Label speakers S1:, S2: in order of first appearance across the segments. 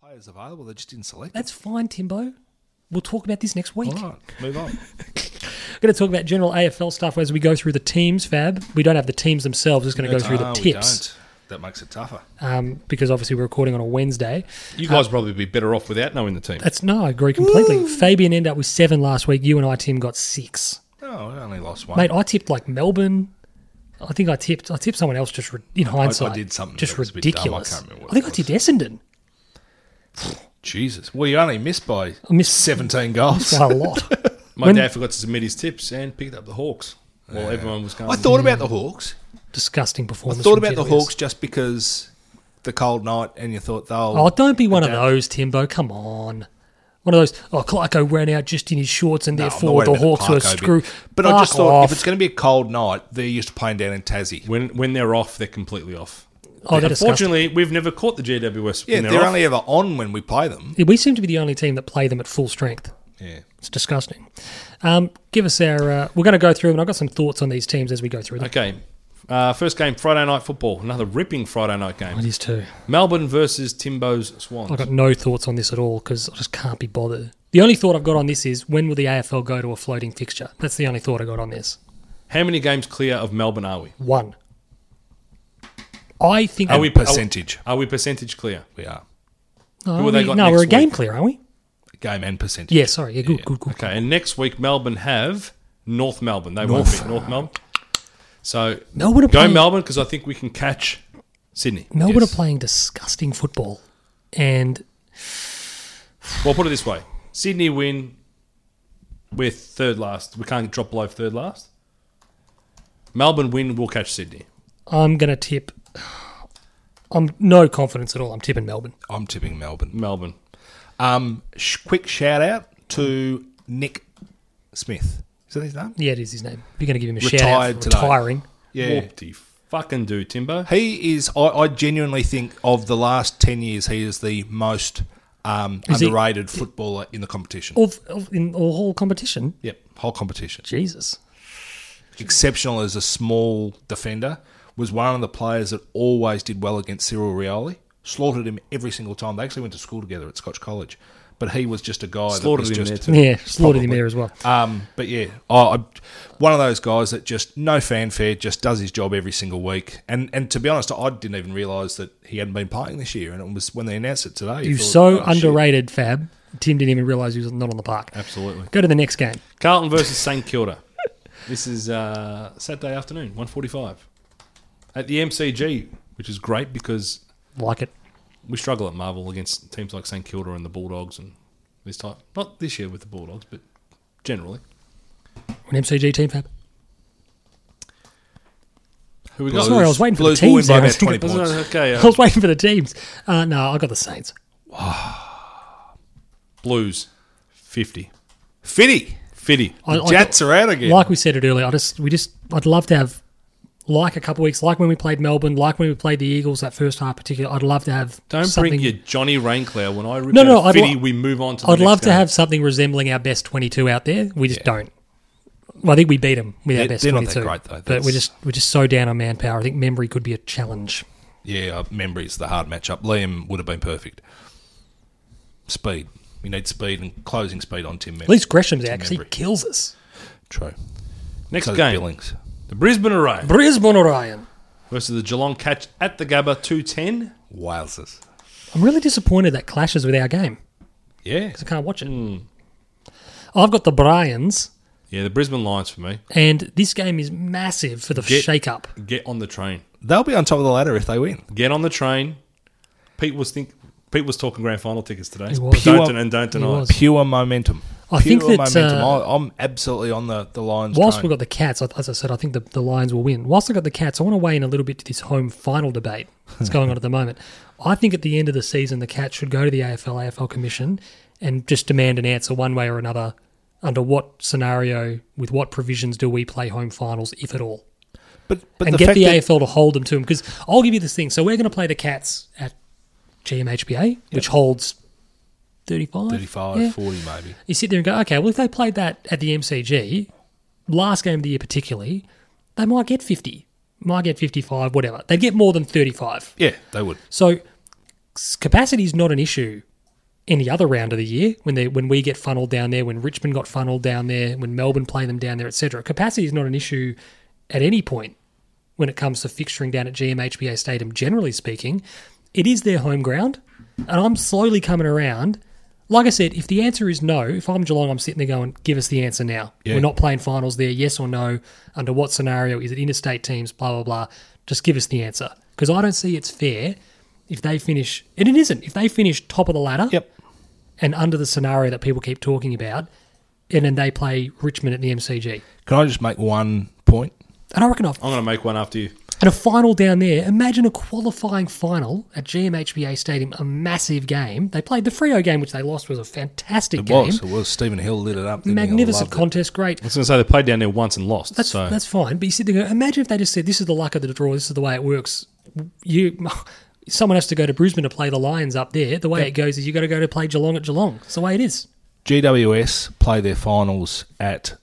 S1: players available. They just didn't select.
S2: That's fine, Timbo. We'll talk about this next week.
S1: All right, move on.
S2: We're going to talk about general AFL stuff as we go through the teams, Fab. We don't have the teams themselves. We're just going to go through the
S1: Ah, we
S2: tips
S1: don't. That makes it tougher.
S2: um, because obviously we're recording on a Wednesday.
S3: You guys probably be better off without knowing the team.
S2: That's no, I agree completely. Fabian ended up with seven last week. You and I, Tim, got six.
S1: No, I only lost one.
S2: Mate, I tipped like Melbourne. I think I tipped. I tipped someone else just re- in hindsight.
S1: did something
S2: just
S1: that was a bit dumb. I
S2: ridiculous.
S1: can't remember what
S2: think
S1: it
S2: I tipped Essendon
S1: Jesus. Well, you only missed by
S2: I missed-
S1: 17 goals.
S2: by a lot.
S3: My
S2: When-
S3: dad forgot to submit his tips and picked up the Hawks while everyone was going.
S1: I thought about the Hawks.
S2: Disgusting
S1: I
S2: performance.
S1: thought
S2: from
S1: about the
S2: Jed Lees.
S1: Hawks just because the cold night and you thought they'll.
S2: Oh, don't be one of those, Timbo. Come on. One of those. Oh, Clarko ran out just in his shorts, and
S1: No, I'm not
S2: therefore
S1: worried
S2: the
S1: about
S2: Hawks were
S1: Clarko bit.
S2: screwed.
S1: But I just
S2: Fuck
S1: thought
S2: off.
S1: if it's going to be a cold night, they're used to playing down in Tassie.
S3: when when they're off, they're completely off.
S2: oh, they're disgusting.
S3: Unfortunately, we've never caught the GWS.
S1: Yeah,
S3: when
S1: they're,
S3: they're, off.
S1: only ever on when we play them.
S2: We seem to be the only team that play them at full strength.
S1: Yeah.
S2: It's disgusting. Um, give us our. Uh, we're going to go through, and I've got some thoughts on these teams as we go through them.
S3: Okay. Uh, first game, Friday night football. Another ripping Friday night game.
S2: These two.
S3: Melbourne versus Timbo's Swans.
S2: I've got no thoughts on this at all because I just can't be bothered. The only thought I've got on this is when will the AFL go to a floating fixture? That's the only thought I got on this.
S3: How many games clear of Melbourne are we?
S2: One. I think.
S3: Are we
S1: Percentage.
S3: Are we percentage clear?
S1: We are.
S2: No,
S3: who have
S2: we-
S3: they got
S2: Oh, no
S3: next
S2: we're a game
S3: week?
S2: clear, aren't we?
S1: Game and percentage.
S2: Yeah, sorry. Yeah, good, good, good.
S3: Okay, and next week Melbourne have North Melbourne. They
S2: North.
S3: won't beat North Melbourne. So
S2: Melbourne are
S3: go
S2: playing,
S3: Melbourne because I think we can catch Sydney.
S2: Melbourne
S1: yes.
S2: are playing disgusting football, and
S3: Well, put it this way: Sydney win with third last. We can't drop below third last. Melbourne win, we'll catch Sydney.
S2: I'm going to tip. I'm no confidence at all. I'm tipping Melbourne.
S1: I'm tipping Melbourne.
S3: Melbourne.
S1: Um, sh- quick shout out to Nick Smith. Is that his name?
S2: Yeah, it is his name. You're going to give him a shout out
S1: Retired
S2: for
S1: today.
S2: retiring.
S3: Whoopty fucking do, Timbo.
S1: He is. I, I genuinely think of the last ten years, he is the most um,
S2: Is he-
S1: underrated footballer in the competition.
S2: Of, of, in all whole competition.
S1: Yep, whole competition.
S2: Jesus.
S1: Exceptional as a small defender. Was one of the players that always did well against Cyril Rioli. Slaughtered him every single time. They actually went to school together at Scotch College. But he was just a guy
S3: Slaughtered
S1: that was
S3: him
S1: just
S3: there too.
S2: Yeah, slaughtered him there as well.
S1: Um, but yeah, I, I, one of those guys that just no fanfare, just does his job every single week. And and to be honest, I didn't even realise that he hadn't been playing this year. And it was when they announced it today. you
S2: You're
S1: thought,
S2: so
S1: "Oh, shit."
S2: underrated, Fab. Tim didn't even realise he was not on the park.
S3: Absolutely.
S2: Go to the next game.
S3: Carlton versus St Kilda. This is uh, Saturday afternoon, 1.45. At the MCG, which is great because
S2: Like it.
S3: we struggle at Marvel against teams like St Kilda and the Bulldogs and this type. Not this year with the Bulldogs, but generally.
S2: An MCG team, Fab.
S3: Who we
S1: Blues-
S3: got?
S2: Sorry, I was waiting for the
S1: Blues will win
S2: teams
S1: by about
S2: there. I was thinking
S1: 20
S3: No, no,
S1: points.
S3: no, okay,
S2: I
S3: uh,
S2: was waiting for the teams. Uh, no, I got the Saints.
S3: Blues, 50.
S1: Fitty,
S3: 50.
S2: I, I-
S1: Jets are out again.
S2: Like we said it earlier, I just we just I'd love to have like a couple of weeks, like when we played Melbourne, like when we played the Eagles that first half particular. I'd love to have
S3: Don't
S2: something.
S3: bring your Johnny Raincloud when I rip
S2: No,
S3: no,
S2: no,
S3: no,
S2: I'd
S3: 50,
S2: lo-
S3: we move on to the
S2: I'd
S3: next
S2: love to
S3: game.
S2: have something resembling our best twenty-two out there. We just don't. Well, I think we beat them with our
S1: They're-
S2: best
S1: they're not that
S2: twenty-two.
S1: great, though.
S2: but we're
S1: That's-
S2: just we're just so down on manpower. I think memory could be a challenge.
S1: yeah, I remember it's the hard matchup. Liam would have been perfect. Speed. We need speed and closing speed on Tim.
S2: At least Gresham's out because he
S1: Membry.
S2: kills us.
S1: True.
S3: Next
S1: So
S3: game,
S1: Billings.
S3: the Brisbane Array
S2: Brisbane Orion.
S3: versus the Geelong Catch at the Gabba, 210.
S1: Wowzers.
S2: I'm really disappointed that clashes with our game
S1: Yeah.
S2: 'cause I can't watch it.
S1: Hmm.
S2: I've got the Bryans,
S3: Yeah, the Brisbane Lions for me.
S2: and this game is massive for the
S3: Get-
S2: shake-up.
S3: Get on the train.
S1: They'll be on top of the ladder if they win.
S3: Get on the train. Pete was think Pete was talking grand final tickets today.
S2: He was.
S3: Don't
S1: Pure-
S3: den- and don't
S2: He
S3: deny.
S2: was.
S3: it.
S1: Pure momentum. Pure
S2: I think that,
S1: momentum.
S2: uh,
S1: I, I'm absolutely on the, the Lions.
S2: Whilst
S1: train.
S2: we've got the Cats, I- as I said, I think the, the Lions will win. Whilst I've got the Cats, I want to weigh in a little bit to this home final debate that's going on at the moment. I think at the end of the season, the Cats should go to the AFL, AFL Commission and just demand an answer one way or another under what scenario, with what provisions do we play home finals, if at all?
S1: But, but
S2: and
S1: the
S2: get
S1: fact
S2: the
S1: that,
S2: AFL to hold them to them. Because I'll give you this thing. So we're going to play the Cats at GMHBA, which holds 35?
S1: 35,
S2: Yeah.
S1: 40 maybe.
S2: you sit there and go, okay, well, if they played that at the MCG, last game of the year particularly, they might get 50, might get 55, whatever. They'd get more than 35.
S1: Yeah, they would.
S2: So capacity is not an issue any other round of the year when they when we get funneled down there, when Richmond got funneled down there, when Melbourne play them down there, etc. Capacity is not an issue at any point when it comes to fixturing down at GMHBA Stadium. Generally speaking, it is their home ground, and I'm slowly coming around. Like I said, if the answer is no, if I'm Geelong, I'm sitting there going, "Give us the answer now.
S1: Yeah.
S2: We're not playing finals there. Yes or no? Under what scenario is it interstate teams? Blah blah blah. Just give us the answer because I don't see it's fair." If they finish, and it isn't, if they finish top of the ladder,
S1: Yep.
S2: and under the scenario that people keep talking about, and then they play Richmond at the MCG.
S1: Can I just make one point?
S2: And I reckon I've,
S1: Oh.
S3: I'm going to make one after you.
S2: and a final down there. Imagine a qualifying final at GMHBA Stadium, a massive game. They played the Frio game, which they lost, was a fantastic
S1: It
S2: game,
S1: was. It was. Stephen Hill lit it up. didn't he? I
S2: magnificent
S1: loved it.
S2: contest, great.
S3: I was going to say they played down there once and lost.
S2: That's
S3: so
S2: that's fine. But you sit there, and go, imagine if they just said, "This is the luck of the draw. This is the way it works." You, someone has to go to Brisbane to play the Lions up there. The way it goes is you got to go to play Geelong at Geelong. It's the way it is.
S1: GWS play their finals at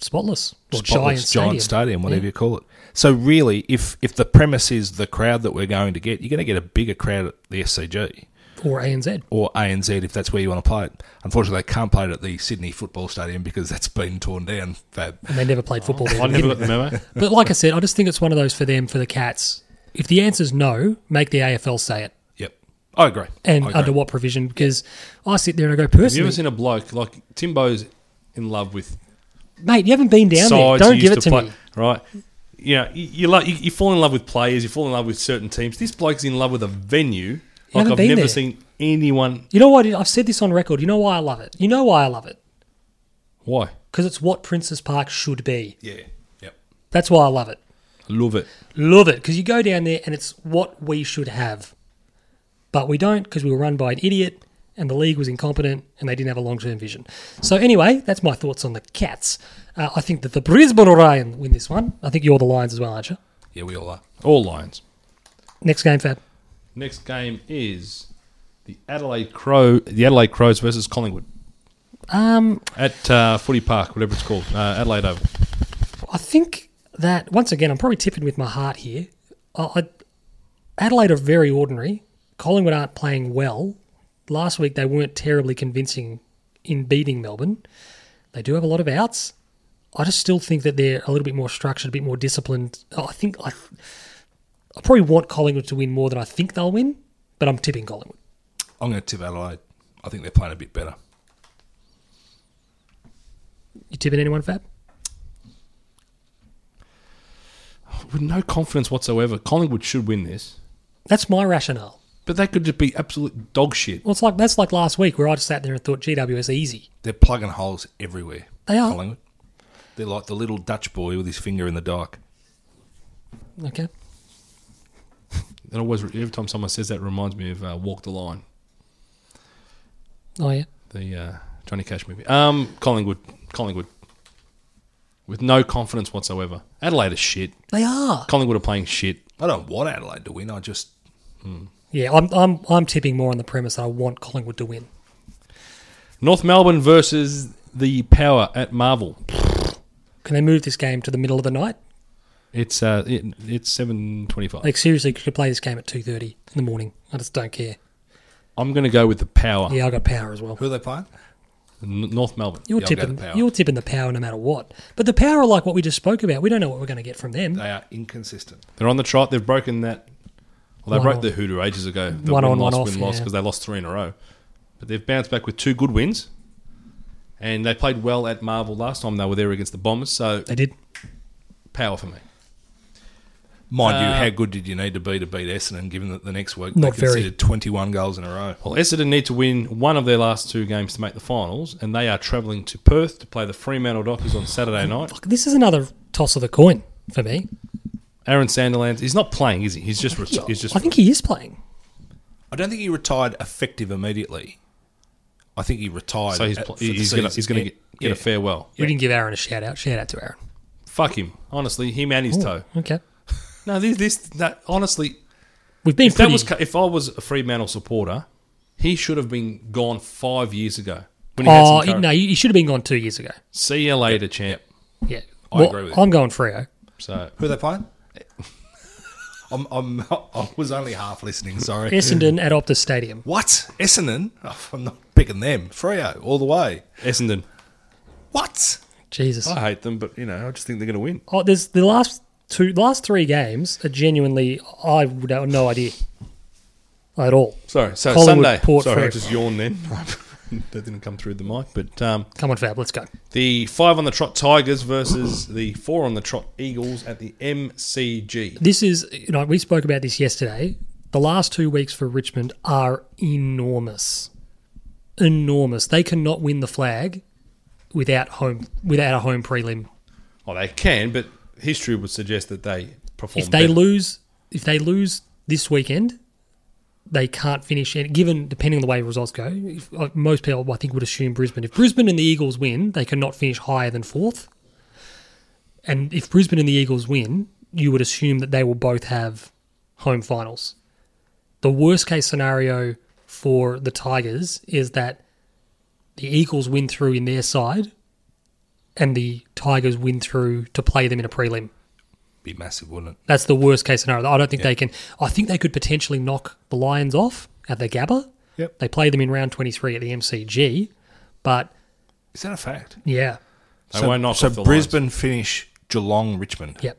S2: Spotless, or Giant
S1: Spotless
S2: Stadium.
S1: Giant Stadium, whatever you call it. So really, if if the premise is the crowd that we're going to get, you're going to get a bigger crowd at the SCG
S2: or ANZ.
S1: or ANZ if that's where you want to play it. Unfortunately, they can't play it at the Sydney Football Stadium because that's been torn down. Fab.
S2: and they never played football. there.
S3: I never got the memo.
S2: but like I said, I just think it's one of those for them for the Cats. If the answer's no, make the AFL say it,
S1: Yep, I agree.
S2: and
S1: I agree.
S2: under what provision? Because I sit there and I go, personally,
S3: Have you ever seen a bloke like Timbo's in love with
S2: mate, you haven't been down there.
S3: sides
S2: Don't
S3: he
S2: give
S3: used
S2: it to
S3: play,
S2: me.
S3: right? You know, you, you, like, you, you fall in love with players, you fall in love with certain teams. This bloke's in love with a venue. Like
S2: haven't
S3: I've
S2: been
S3: never
S2: there.
S3: seen anyone.
S2: You know what? I've said this on record. You know why I love it. You know why I love it
S3: Why?
S2: because it's what Princess Park should be.
S1: Yeah. Yep.
S2: That's why I love it.
S3: I love it.
S2: Love it because you go down there and it's what we should have, but we don't because we were run by an idiot and the league was incompetent and they didn't have a long-term vision. So anyway, that's my thoughts on the Cats. Uh, I think that the Brisbane Orion win this one. I think you're the Lions as well, aren't you?
S1: Yeah, we all are.
S3: All Lions.
S2: Next game, Fab.
S3: Next game is the Adelaide Crow, the Adelaide Crows versus Collingwood
S2: Um,
S3: at uh, Footy Park, whatever it's called, uh, Adelaide Oval.
S2: I think that once again, I'm probably tipping with my heart here. I, I, Adelaide are very ordinary. Collingwood aren't playing well. Last week they weren't terribly convincing in beating Melbourne. They do have a lot of outs. I just still think that they're a little bit more structured, a bit more disciplined. I think I, I probably want Collingwood to win more than I think they'll win, but I'm tipping Collingwood.
S1: I'm going to tip Adelaide. I think they're playing a bit better.
S2: You tipping anyone, Fab?
S3: With no confidence whatsoever, Collingwood should win this,
S2: That's my rationale.
S3: but that could just be absolute dog shit.
S2: Well, it's like that's like last week where I just sat there and thought GWS E easy.
S1: They're plugging holes everywhere.
S2: They are.
S1: Collingwood. They're like the little Dutch boy with his finger in the dike.
S2: Okay.
S3: That always, every time someone says that, it reminds me of uh, Walk the Line,
S2: Oh yeah.
S3: the uh, Johnny Cash movie. Um, Collingwood, Collingwood, with no confidence whatsoever. Adelaide is shit.
S2: They are.
S3: Collingwood are playing shit.
S1: I don't want Adelaide to win. I just
S2: Yeah, I'm, I'm, I'm tipping more on the premise that I want Collingwood to win.
S3: North Melbourne versus the Power at Marvel.
S2: Can they move this game to the middle of the night?
S3: It's uh, it, it's seven twenty-five.
S2: Like seriously, could play this game at two thirty in the morning. I just don't care.
S3: I'm going to go with the Power.
S2: Yeah, I got power as well.
S1: who are they playing?
S3: N- North Melbourne.
S2: You're
S1: Yeah, I'll go
S2: tipping,
S1: the power.
S2: you're tipping the power no matter what. But the power, are like what we just spoke about, we don't know what we're going to get from them.
S1: They are inconsistent.
S3: They're on the trot. They've broken that. Well, they
S2: One
S3: broke
S2: off.
S3: the hoodoo ages ago. The
S2: One
S3: win
S2: on, one
S3: loss,
S2: off,
S3: win loss
S2: yeah.
S3: because they lost three in a row. But they've bounced back with two good wins, and they played well at Marvel last time they were there against the Bombers. So
S2: They did.
S3: power for me.
S1: Mind you,
S3: Uh,
S1: how good did you need to be to beat Essendon? Given that the next week
S2: Not
S1: they
S2: very.
S1: conceded 21 goals in a row.
S3: Well, Essendon need to win one of their last two games to make the finals, and they are travelling to Perth to play the Fremantle Dockers on Saturday night.
S2: Look, this is another toss of the coin for me.
S3: Aaron Sanderlands, he's not playing, is he? He's just reti- he's just
S2: I think he is playing.
S1: I don't think he retired effective immediately. I think he retired.
S3: so he's
S1: at-
S3: pl-
S1: for the
S3: he's going
S1: season.
S3: he's going to get, get a
S1: Yeah.
S3: farewell.
S2: We didn't give Aaron a shout out. Shout out to Aaron.
S3: Fuck him, honestly, him and his toe.
S2: Okay.
S3: No, this this that honestly,
S2: We've been
S3: if that
S2: pretty.
S3: was cu- if I was a Fremantle supporter, he should have been gone five years ago. When he had some
S2: oh,
S3: courage.
S2: no, he he should have been gone two years ago.
S3: See you later, champ.
S2: Yeah.
S1: I agree with you.
S2: I'm going Freo.
S3: So
S1: Who are they playing? I'm, I'm, I was only half listening. Sorry.
S2: Essendon at Optus Stadium.
S1: What? Essendon? Oh, I'm not picking them. Freo, all the way.
S3: Essendon.
S1: What?
S2: Jesus.
S3: I hate them, but you know, I just think they're going to win.
S2: Oh, there's the last two, the last three games are genuinely. I would have no idea at all.
S3: Sorry, so
S2: Collingwood,
S3: Sunday.
S2: Port
S3: Sorry, I
S2: Fairy.
S3: just yawned then. that didn't come through the mic, but um,
S2: Come on, Fab, let's go.
S3: the five on the trot Tigers versus the four on the trot Eagles at the MCG.
S2: This is, you know, we spoke about this yesterday. The last two weeks for Richmond are enormous, enormous. They cannot win the flag without home without a home prelim.
S3: Oh, they can, but history would suggest that they perform.
S2: If they
S3: better.
S2: lose, if they lose this weekend, they can't finish. And given depending on the way results go, if, uh, most people I think would assume Brisbane. If Brisbane and the Eagles win, they cannot finish higher than fourth. And if Brisbane and the Eagles win, you would assume that they will both have home finals. The worst case scenario for the Tigers is that the Eagles win through in their side, and the Tigers win through to play them in a prelim.
S1: Be massive, wouldn't it?
S2: That's the worst case scenario. I don't think they can. I think they could potentially knock the Lions off at the Gabba.
S1: Yep.
S2: They play them in round 23 at the MCG. But
S1: Is that a fact?
S2: yeah,
S3: They won't knock
S1: so
S3: off the
S1: Brisbane finish Geelong, Richmond.
S2: yep.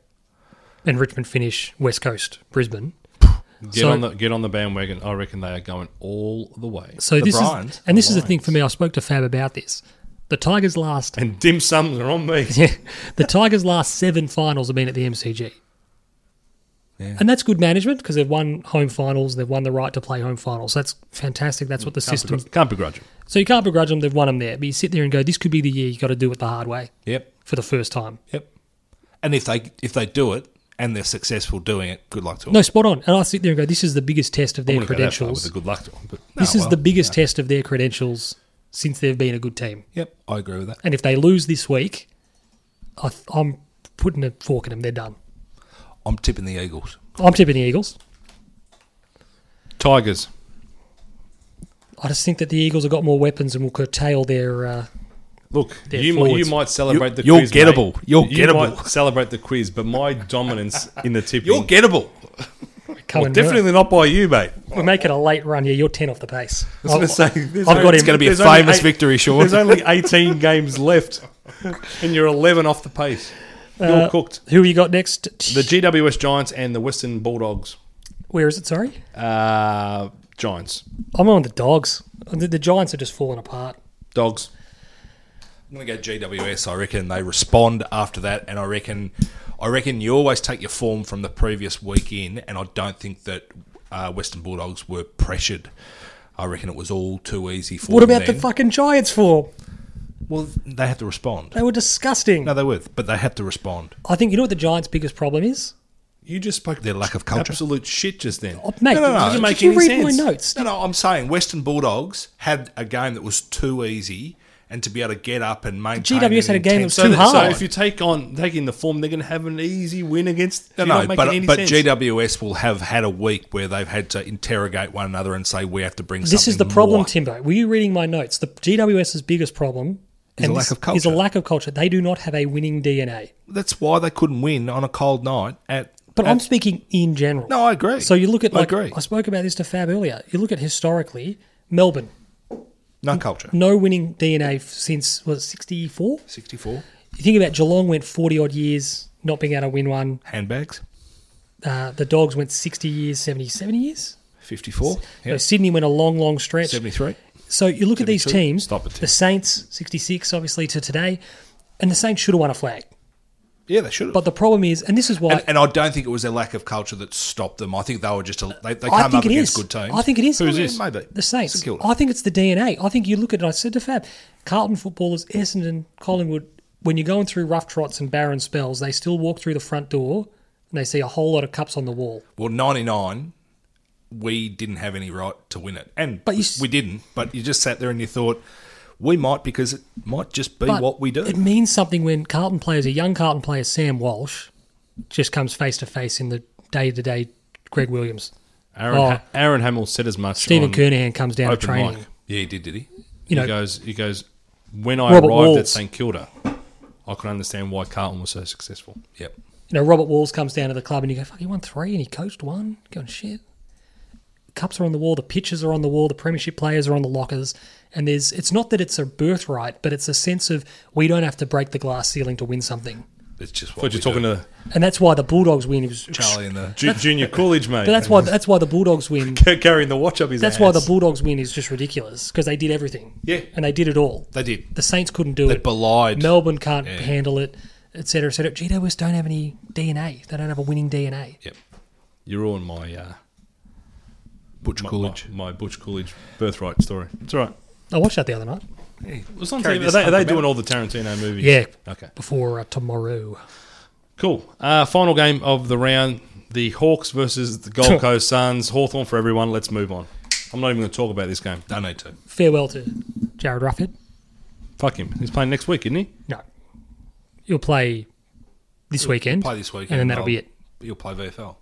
S2: And Richmond finish West Coast, Brisbane.
S3: Lions. Get
S2: so-
S3: on the get on the bandwagon. I reckon they are going all the way.
S2: So
S1: The
S2: this
S1: Bryans,
S2: is, and this
S1: the
S2: is the thing
S1: Lions.
S2: for me. I spoke to Fab about this. The Tigers' last,
S3: And dim sums are on me.
S2: the Tigers' last seven finals have been at the MCG,
S1: Yeah.
S2: and that's good management because they've won home finals. They've won the right to play home finals. That's fantastic.
S1: Mm,
S2: That's what the system.
S3: Can't begrudge them.
S2: So you can't begrudge them. They've won them there, but you sit there and go, "This could be the year you got to do it the hard way."
S1: Yep.
S2: for the first time.
S1: Yep. And if they if they do it and they're successful doing it, good luck to them.
S2: No, spot on. And I sit there and go, this is the biggest test of their
S3: Wouldn't go that far with
S2: credentials.
S3: the good luck to them, but
S2: This
S1: No,
S2: is
S1: well,
S2: the biggest test of their credentials since they've been a good team.
S1: Yep, I agree with that.
S2: And if they lose this week, I th- I'm putting a fork in them. They're done.
S1: I'm tipping the Eagles.
S2: I'm tipping the Eagles.
S3: Tigers.
S2: I just think that the Eagles have got more weapons and will curtail their. Uh,
S3: Look,
S2: They're
S3: you, mi- you
S2: forwards.
S3: might celebrate
S1: You-
S3: the
S1: you're
S3: quiz. mate.
S1: gettable. You're
S3: You
S1: gettable.
S3: might celebrate the quiz, but my dominance in the tipping.
S1: You're gettable.
S2: come
S3: Well,
S2: and
S3: definitely not by you, mate.
S2: We're making a late run here. You're 10 off the pace.
S3: I was going to say,
S2: I've got
S1: It's
S2: him.
S1: going to be a
S3: There's only
S1: famous
S3: eight-
S1: victory, Sean.
S3: There's only 18 games left, and you're 11 off the pace. You're
S2: Uh,
S3: cooked.
S2: Who you got next?
S3: The GWS Giants and the Western Bulldogs.
S2: Where is it? Sorry.
S3: Uh, Giants.
S2: I'm on the dogs. The, the Giants are just falling apart.
S3: Dogs.
S1: I'm going to go GWS. I reckon they respond after that, and I reckon, I reckon you always take your form from the previous week in, and I don't think that uh, Western Bulldogs were pressured. I reckon it was all too easy for
S2: What
S1: them.
S2: about the
S1: then.
S2: fucking Giants form?
S1: well, they had to respond.
S2: They were disgusting.
S1: No, they were, but they had to respond.
S2: I think you know what the Giants' biggest problem is.
S3: You just spoke
S1: Their lack of culture.
S3: absolute shit just then.
S2: Oh, mate,
S1: No, no, no.
S2: did
S1: Doesn't
S3: make
S2: you
S3: any
S2: read
S3: sense.
S2: my notes?
S1: No, no, I'm saying Western Bulldogs had a game that was too easy, and to be able to get up and maintain.
S2: GWS
S1: an
S2: had a game that
S1: intense-
S2: was too
S3: that-
S2: hard.
S3: So if you take on taking the form, they're going to have an easy win against.
S1: No,
S3: you're not
S1: no,
S3: making
S1: but,
S3: any
S1: but
S3: sense.
S1: GWS will have had a week where they've had to interrogate one another and say we have to bring.
S2: This is the
S1: something
S2: problem,
S1: more."
S2: Timbo. Were you reading my notes? The GWS's biggest problem
S1: Is a lack
S2: this
S1: of
S2: Is a
S1: culture.
S2: lack of culture. They do not have a winning DNA.
S1: That's why they couldn't win on a cold night. At
S2: But
S1: at-
S2: I'm speaking in general.
S1: no, I agree.
S2: So you look at
S1: I
S2: like
S1: agree.
S2: I spoke about this to Fab earlier. You look at historically Melbourne,
S1: No culture.
S2: no winning DNA f- since was sixty four.
S1: Sixty-four
S2: You think about Geelong went forty odd years not being able to win one.
S1: handbags.
S2: Uh, the Dogs went sixty years, 70, 70 years.
S1: Fifty-four.
S2: You
S1: Yeah.
S2: know, Sydney went a long, long stretch.
S1: Seventy-three.
S2: So you look at these
S1: 72.
S2: teams,
S3: Stop it, Tim.
S2: the Saints, 66, obviously, to today, and the Saints should have won a flag.
S1: Yeah, they should have.
S2: But the problem is, and this is why
S1: and, and I don't think it was their lack of culture that stopped them. I think they were just a, they, they came
S2: I
S1: up
S2: think it
S1: against
S2: is.
S1: good teams.
S2: I think it is.
S1: Who's this? Maybe.
S2: The Saints.
S1: St Kilda.
S2: I think it's the DNA. I think you look at it, I said to Fab, Carlton footballers, Essendon, Collingwood, when you're going through rough trots and barren spells, they still walk through the front door and they see a whole lot of cups on the wall.
S1: well, 99, we didn't have any right to win it. And
S2: But you
S1: we,
S2: s-
S1: didn't. But you just sat there and you thought, we might because it might just be
S2: But
S1: what we do.
S2: It means something when Carlton players, a young Carlton player, Sam Walsh, just comes face to face in the day to day Greg Williams.
S3: Aaron,
S2: Oh.
S3: Ha- Aaron Hamill said as much.
S2: Stephen
S3: on
S2: Kernahan comes down to
S3: open
S2: training.
S3: mic.
S1: yeah, he did, did he?
S2: You know,
S3: he goes, he goes. When I
S2: Robert
S3: arrived at
S2: Walls.
S3: St Kilda, I could understand why Carlton was so successful.
S1: Yep.
S2: You know, Robert Walls comes down to the club and you go, fuck, he won three and he coached one. Going, shit. Cups are on the wall, the pitches are on the wall, the premiership players are on the lockers. And there's it's not that it's a birthright, but it's a sense of we don't have to break the glass ceiling to win something.
S1: It's just
S3: Thought
S1: what
S3: you're
S1: you're
S3: talking
S1: do.
S3: to
S2: And that's why the Bulldogs win. It was
S1: Charlie and the
S3: Ju- Junior Coolidge, mate.
S2: But that's why that's why the Bulldogs win.
S3: carrying the watch up his.
S2: That's
S3: ass.
S2: why the Bulldogs win is just ridiculous because they did everything.
S1: Yeah.
S2: and they did it all.
S1: they did.
S2: The Saints couldn't do
S1: They
S2: it.
S1: belied.
S2: Melbourne can't
S1: Yeah.
S2: handle it, etc. Cetera, etc. Cetera. Gee, they West don't have any DNA. They don't have a winning DNA.
S1: Yep.
S3: you ruined my uh,
S1: Butch
S3: my-
S1: Coolidge.
S3: My, my Butch Coolidge birthright story. It's all right.
S2: I watched that the other night.
S3: It was on
S1: Carry
S3: TV. Are
S1: this
S3: they, are they
S1: hunk about.
S3: doing all the Tarantino movies?
S2: Yeah,
S3: Okay.
S2: before uh, tomorrow.
S3: Cool. Uh, final game of the round: the Hawks versus the Gold Coast Suns. Hawthorn for everyone. Let's move on. I'm not even going to talk about this game.
S1: Don't need to.
S2: Farewell to Jared Rufford.
S3: Fuck him. He's playing next week, isn't he?
S2: No, he'll play this weekend.
S1: Play this weekend. Oh.
S2: and then that'll be it.
S1: You'll play VFL.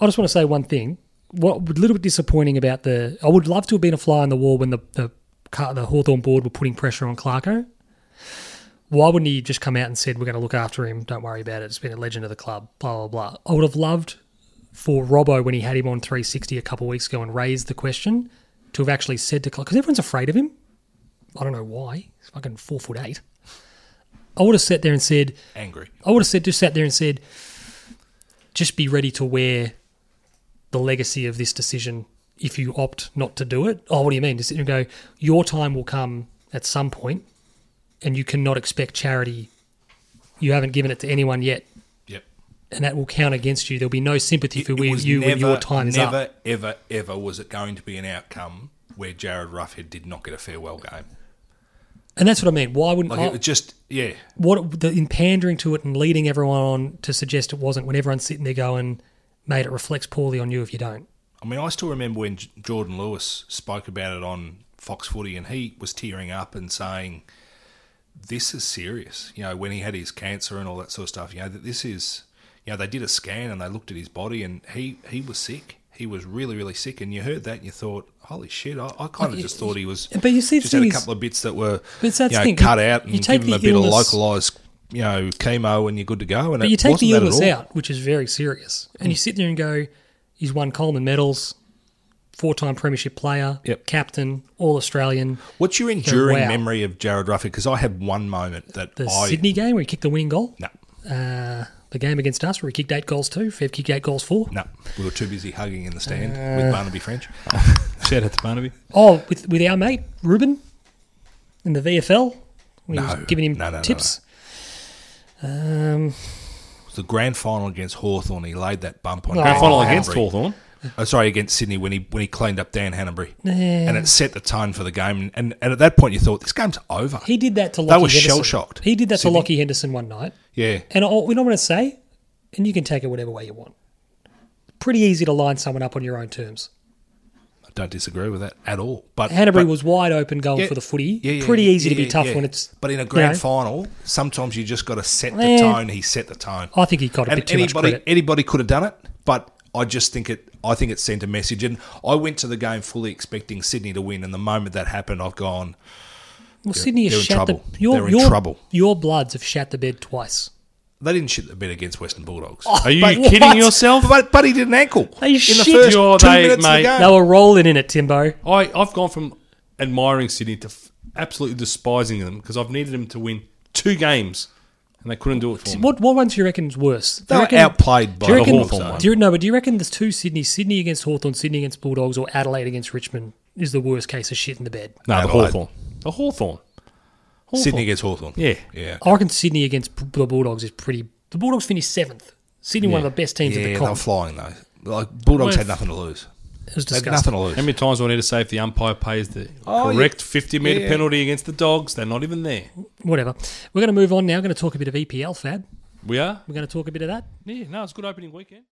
S2: I just want to say one thing. What was a little bit disappointing about the, I would love to have been a fly on the wall when the the, Car- the Hawthorn board were putting pressure on Clarko. Why wouldn't he just come out and said, "We're going to look after him. Don't worry about it. It's been a legend of the club." Blah blah blah. I would have loved for Robbo when he had him on 360 a couple of weeks ago and raised the question to have actually said to Clarko because everyone's afraid of him. I don't know why. He's fucking four foot eight. I would have sat there and said,
S1: Angry.
S2: I would have said just sat there and said, just be ready to wear the legacy of this decision if you opt not to do it. Oh, what do you mean? Just sit there and go, your time will come at some point, and you cannot expect charity. You haven't given it to anyone yet,
S1: Yep.
S2: and that will count against you. There'll be no sympathy for
S1: It
S2: you
S1: was
S2: when your time is
S1: never,
S2: up.
S1: ever, ever was it going to be an outcome where Jared Ruffhead did not get a farewell game.
S2: And that's what I mean. Why wouldn't
S1: Like
S2: I-
S1: it was just yeah.
S2: what the, in pandering to it and leading everyone on to suggest it wasn't when everyone's sitting there going, mate, it reflects poorly on you if you don't.
S1: I mean, I still remember when J- Jordan Lewis spoke about it on Fox Footy, and he was tearing up and saying, "This is serious." You know, when he had his cancer and all that sort of stuff. You know that this is. You know, they did a scan and they looked at his body, and he he was sick. He was really really sick, and you heard that and you thought, "Holy shit!" I, I kind of
S2: Like,
S1: just
S2: it-
S1: thought he was.
S2: But you see, the
S1: just
S2: thing
S1: had a
S2: is-
S1: couple of bits that were
S2: But it's that
S1: you know,
S2: thing,
S1: cut
S2: you-
S1: out
S2: you
S1: and
S2: take
S1: give him a
S2: the
S1: bit of
S2: illness-
S1: localized, you know, chemo, and you're good to go. And
S2: But
S1: it
S2: you take
S1: wasn't
S2: the
S1: that at
S2: illness
S1: all.
S2: out, which is very serious, and you sit there and go, he's won Coleman medals, four-time Premiership player,
S1: Yep.
S2: captain, All Australian.
S1: What's your enduring
S2: wow.
S1: memory of Jared Ruffin? Because I had one moment that
S2: The
S1: I
S2: Sydney game where he kicked the winning goal.
S1: no
S2: Uh, the game against us where he kicked eight goals too. Fev kicked eight goals four.
S1: no we were too busy hugging in the stand
S2: Uh.
S1: with Barnaby French.
S3: Shout out to Barnaby.
S2: Oh, with with our mate Ruben in the VFL. We
S1: No.
S2: was giving him
S1: No, no, no, no.
S2: tips. Um,
S1: It was the grand final against Hawthorn. He laid that bump on
S3: Grand
S1: Dan
S3: final against
S1: Hannanbury.
S3: Hawthorn.
S1: Oh, sorry, against Sydney when he when he cleaned up Dan Hannanbury,
S2: Yeah.
S1: and it set the tone for the game. And, and at that point, you thought this game's over.
S2: he did that to Lockie
S1: They were
S2: Henderson.
S1: shell-shocked,
S2: He did that
S1: Sydney.
S2: to Lockie Henderson one night.
S1: yeah,
S2: And all, we don't want to say, and you can take it whatever way you want. Pretty easy to line someone up on your own terms.
S1: I don't disagree with that at all. But
S2: Hanbury
S1: but-
S2: was wide open going
S1: Yeah.
S2: for the footy.
S1: Yeah, yeah,
S2: Pretty
S1: yeah,
S2: easy to
S1: yeah,
S2: be
S1: yeah,
S2: tough
S1: yeah.
S2: when it's.
S1: But in a
S2: you
S1: grand
S2: know,
S1: final, sometimes you just got to set the
S2: Eh.
S1: tone. He set the tone.
S2: I think he got a
S1: and
S2: bit too much
S1: anybody
S2: credit.
S1: anybody could have done it, but I just think it. I think it sent a message, and I went to the game fully expecting Sydney to win. And the moment that happened, I've gone.
S2: well, Sydney
S1: they're
S2: has
S1: in
S2: shat the.
S1: trouble.
S2: Your,
S1: They're in
S2: your,
S1: trouble.
S2: Your bloods have shat the bed twice.
S1: They didn't shit the bed against Western Bulldogs.
S3: Are you
S2: But
S3: kidding
S2: what?
S3: yourself?
S1: But but he did an ankle
S2: Oh. They
S1: in
S2: shit
S1: the first
S3: your-
S1: two
S3: they-
S1: minutes
S3: mate.
S1: of the
S2: They
S1: game.
S2: were rolling in it, Timbo.
S3: I, I've gone from admiring Sydney to f- absolutely despising them because I've needed them to win two games and they couldn't do it for me.
S2: What what ones do you reckon's worse? Do
S1: They
S2: you
S1: were
S2: reckon-
S1: outplayed by
S2: do you reckon,
S1: the Hawthorn one.
S2: Do you, no, but do you reckon there's two Sydney, Sydney against Hawthorn, Sydney against Bulldogs, or Adelaide against Richmond is the worst case of shit in the bed?
S3: No, the
S1: Adelaide.
S3: Hawthorn. The Hawthorn.
S1: Sydney against Hawthorn.
S3: Yeah.
S1: yeah.
S2: I reckon Sydney against B- the Bulldogs is pretty. The Bulldogs finished seventh. Sydney, one of the best teams
S1: Yeah,
S2: in
S1: they
S2: the
S1: were
S2: comp.
S1: flying though. Like Bulldogs
S3: Well,
S1: had nothing to lose.
S2: It was
S1: They had nothing
S2: disgusting.
S1: to lose.
S3: How many times do I need to say if the umpire pays the
S1: Oh, yeah.
S3: correct 50 metre
S1: Yeah.
S3: penalty against the dogs? They're not even there.
S2: Whatever. We're going to move on now. We're going to talk a bit of EPL, Fab.
S3: We are?
S2: We're going to talk a bit of that.
S3: Yeah, no, it's a good opening weekend.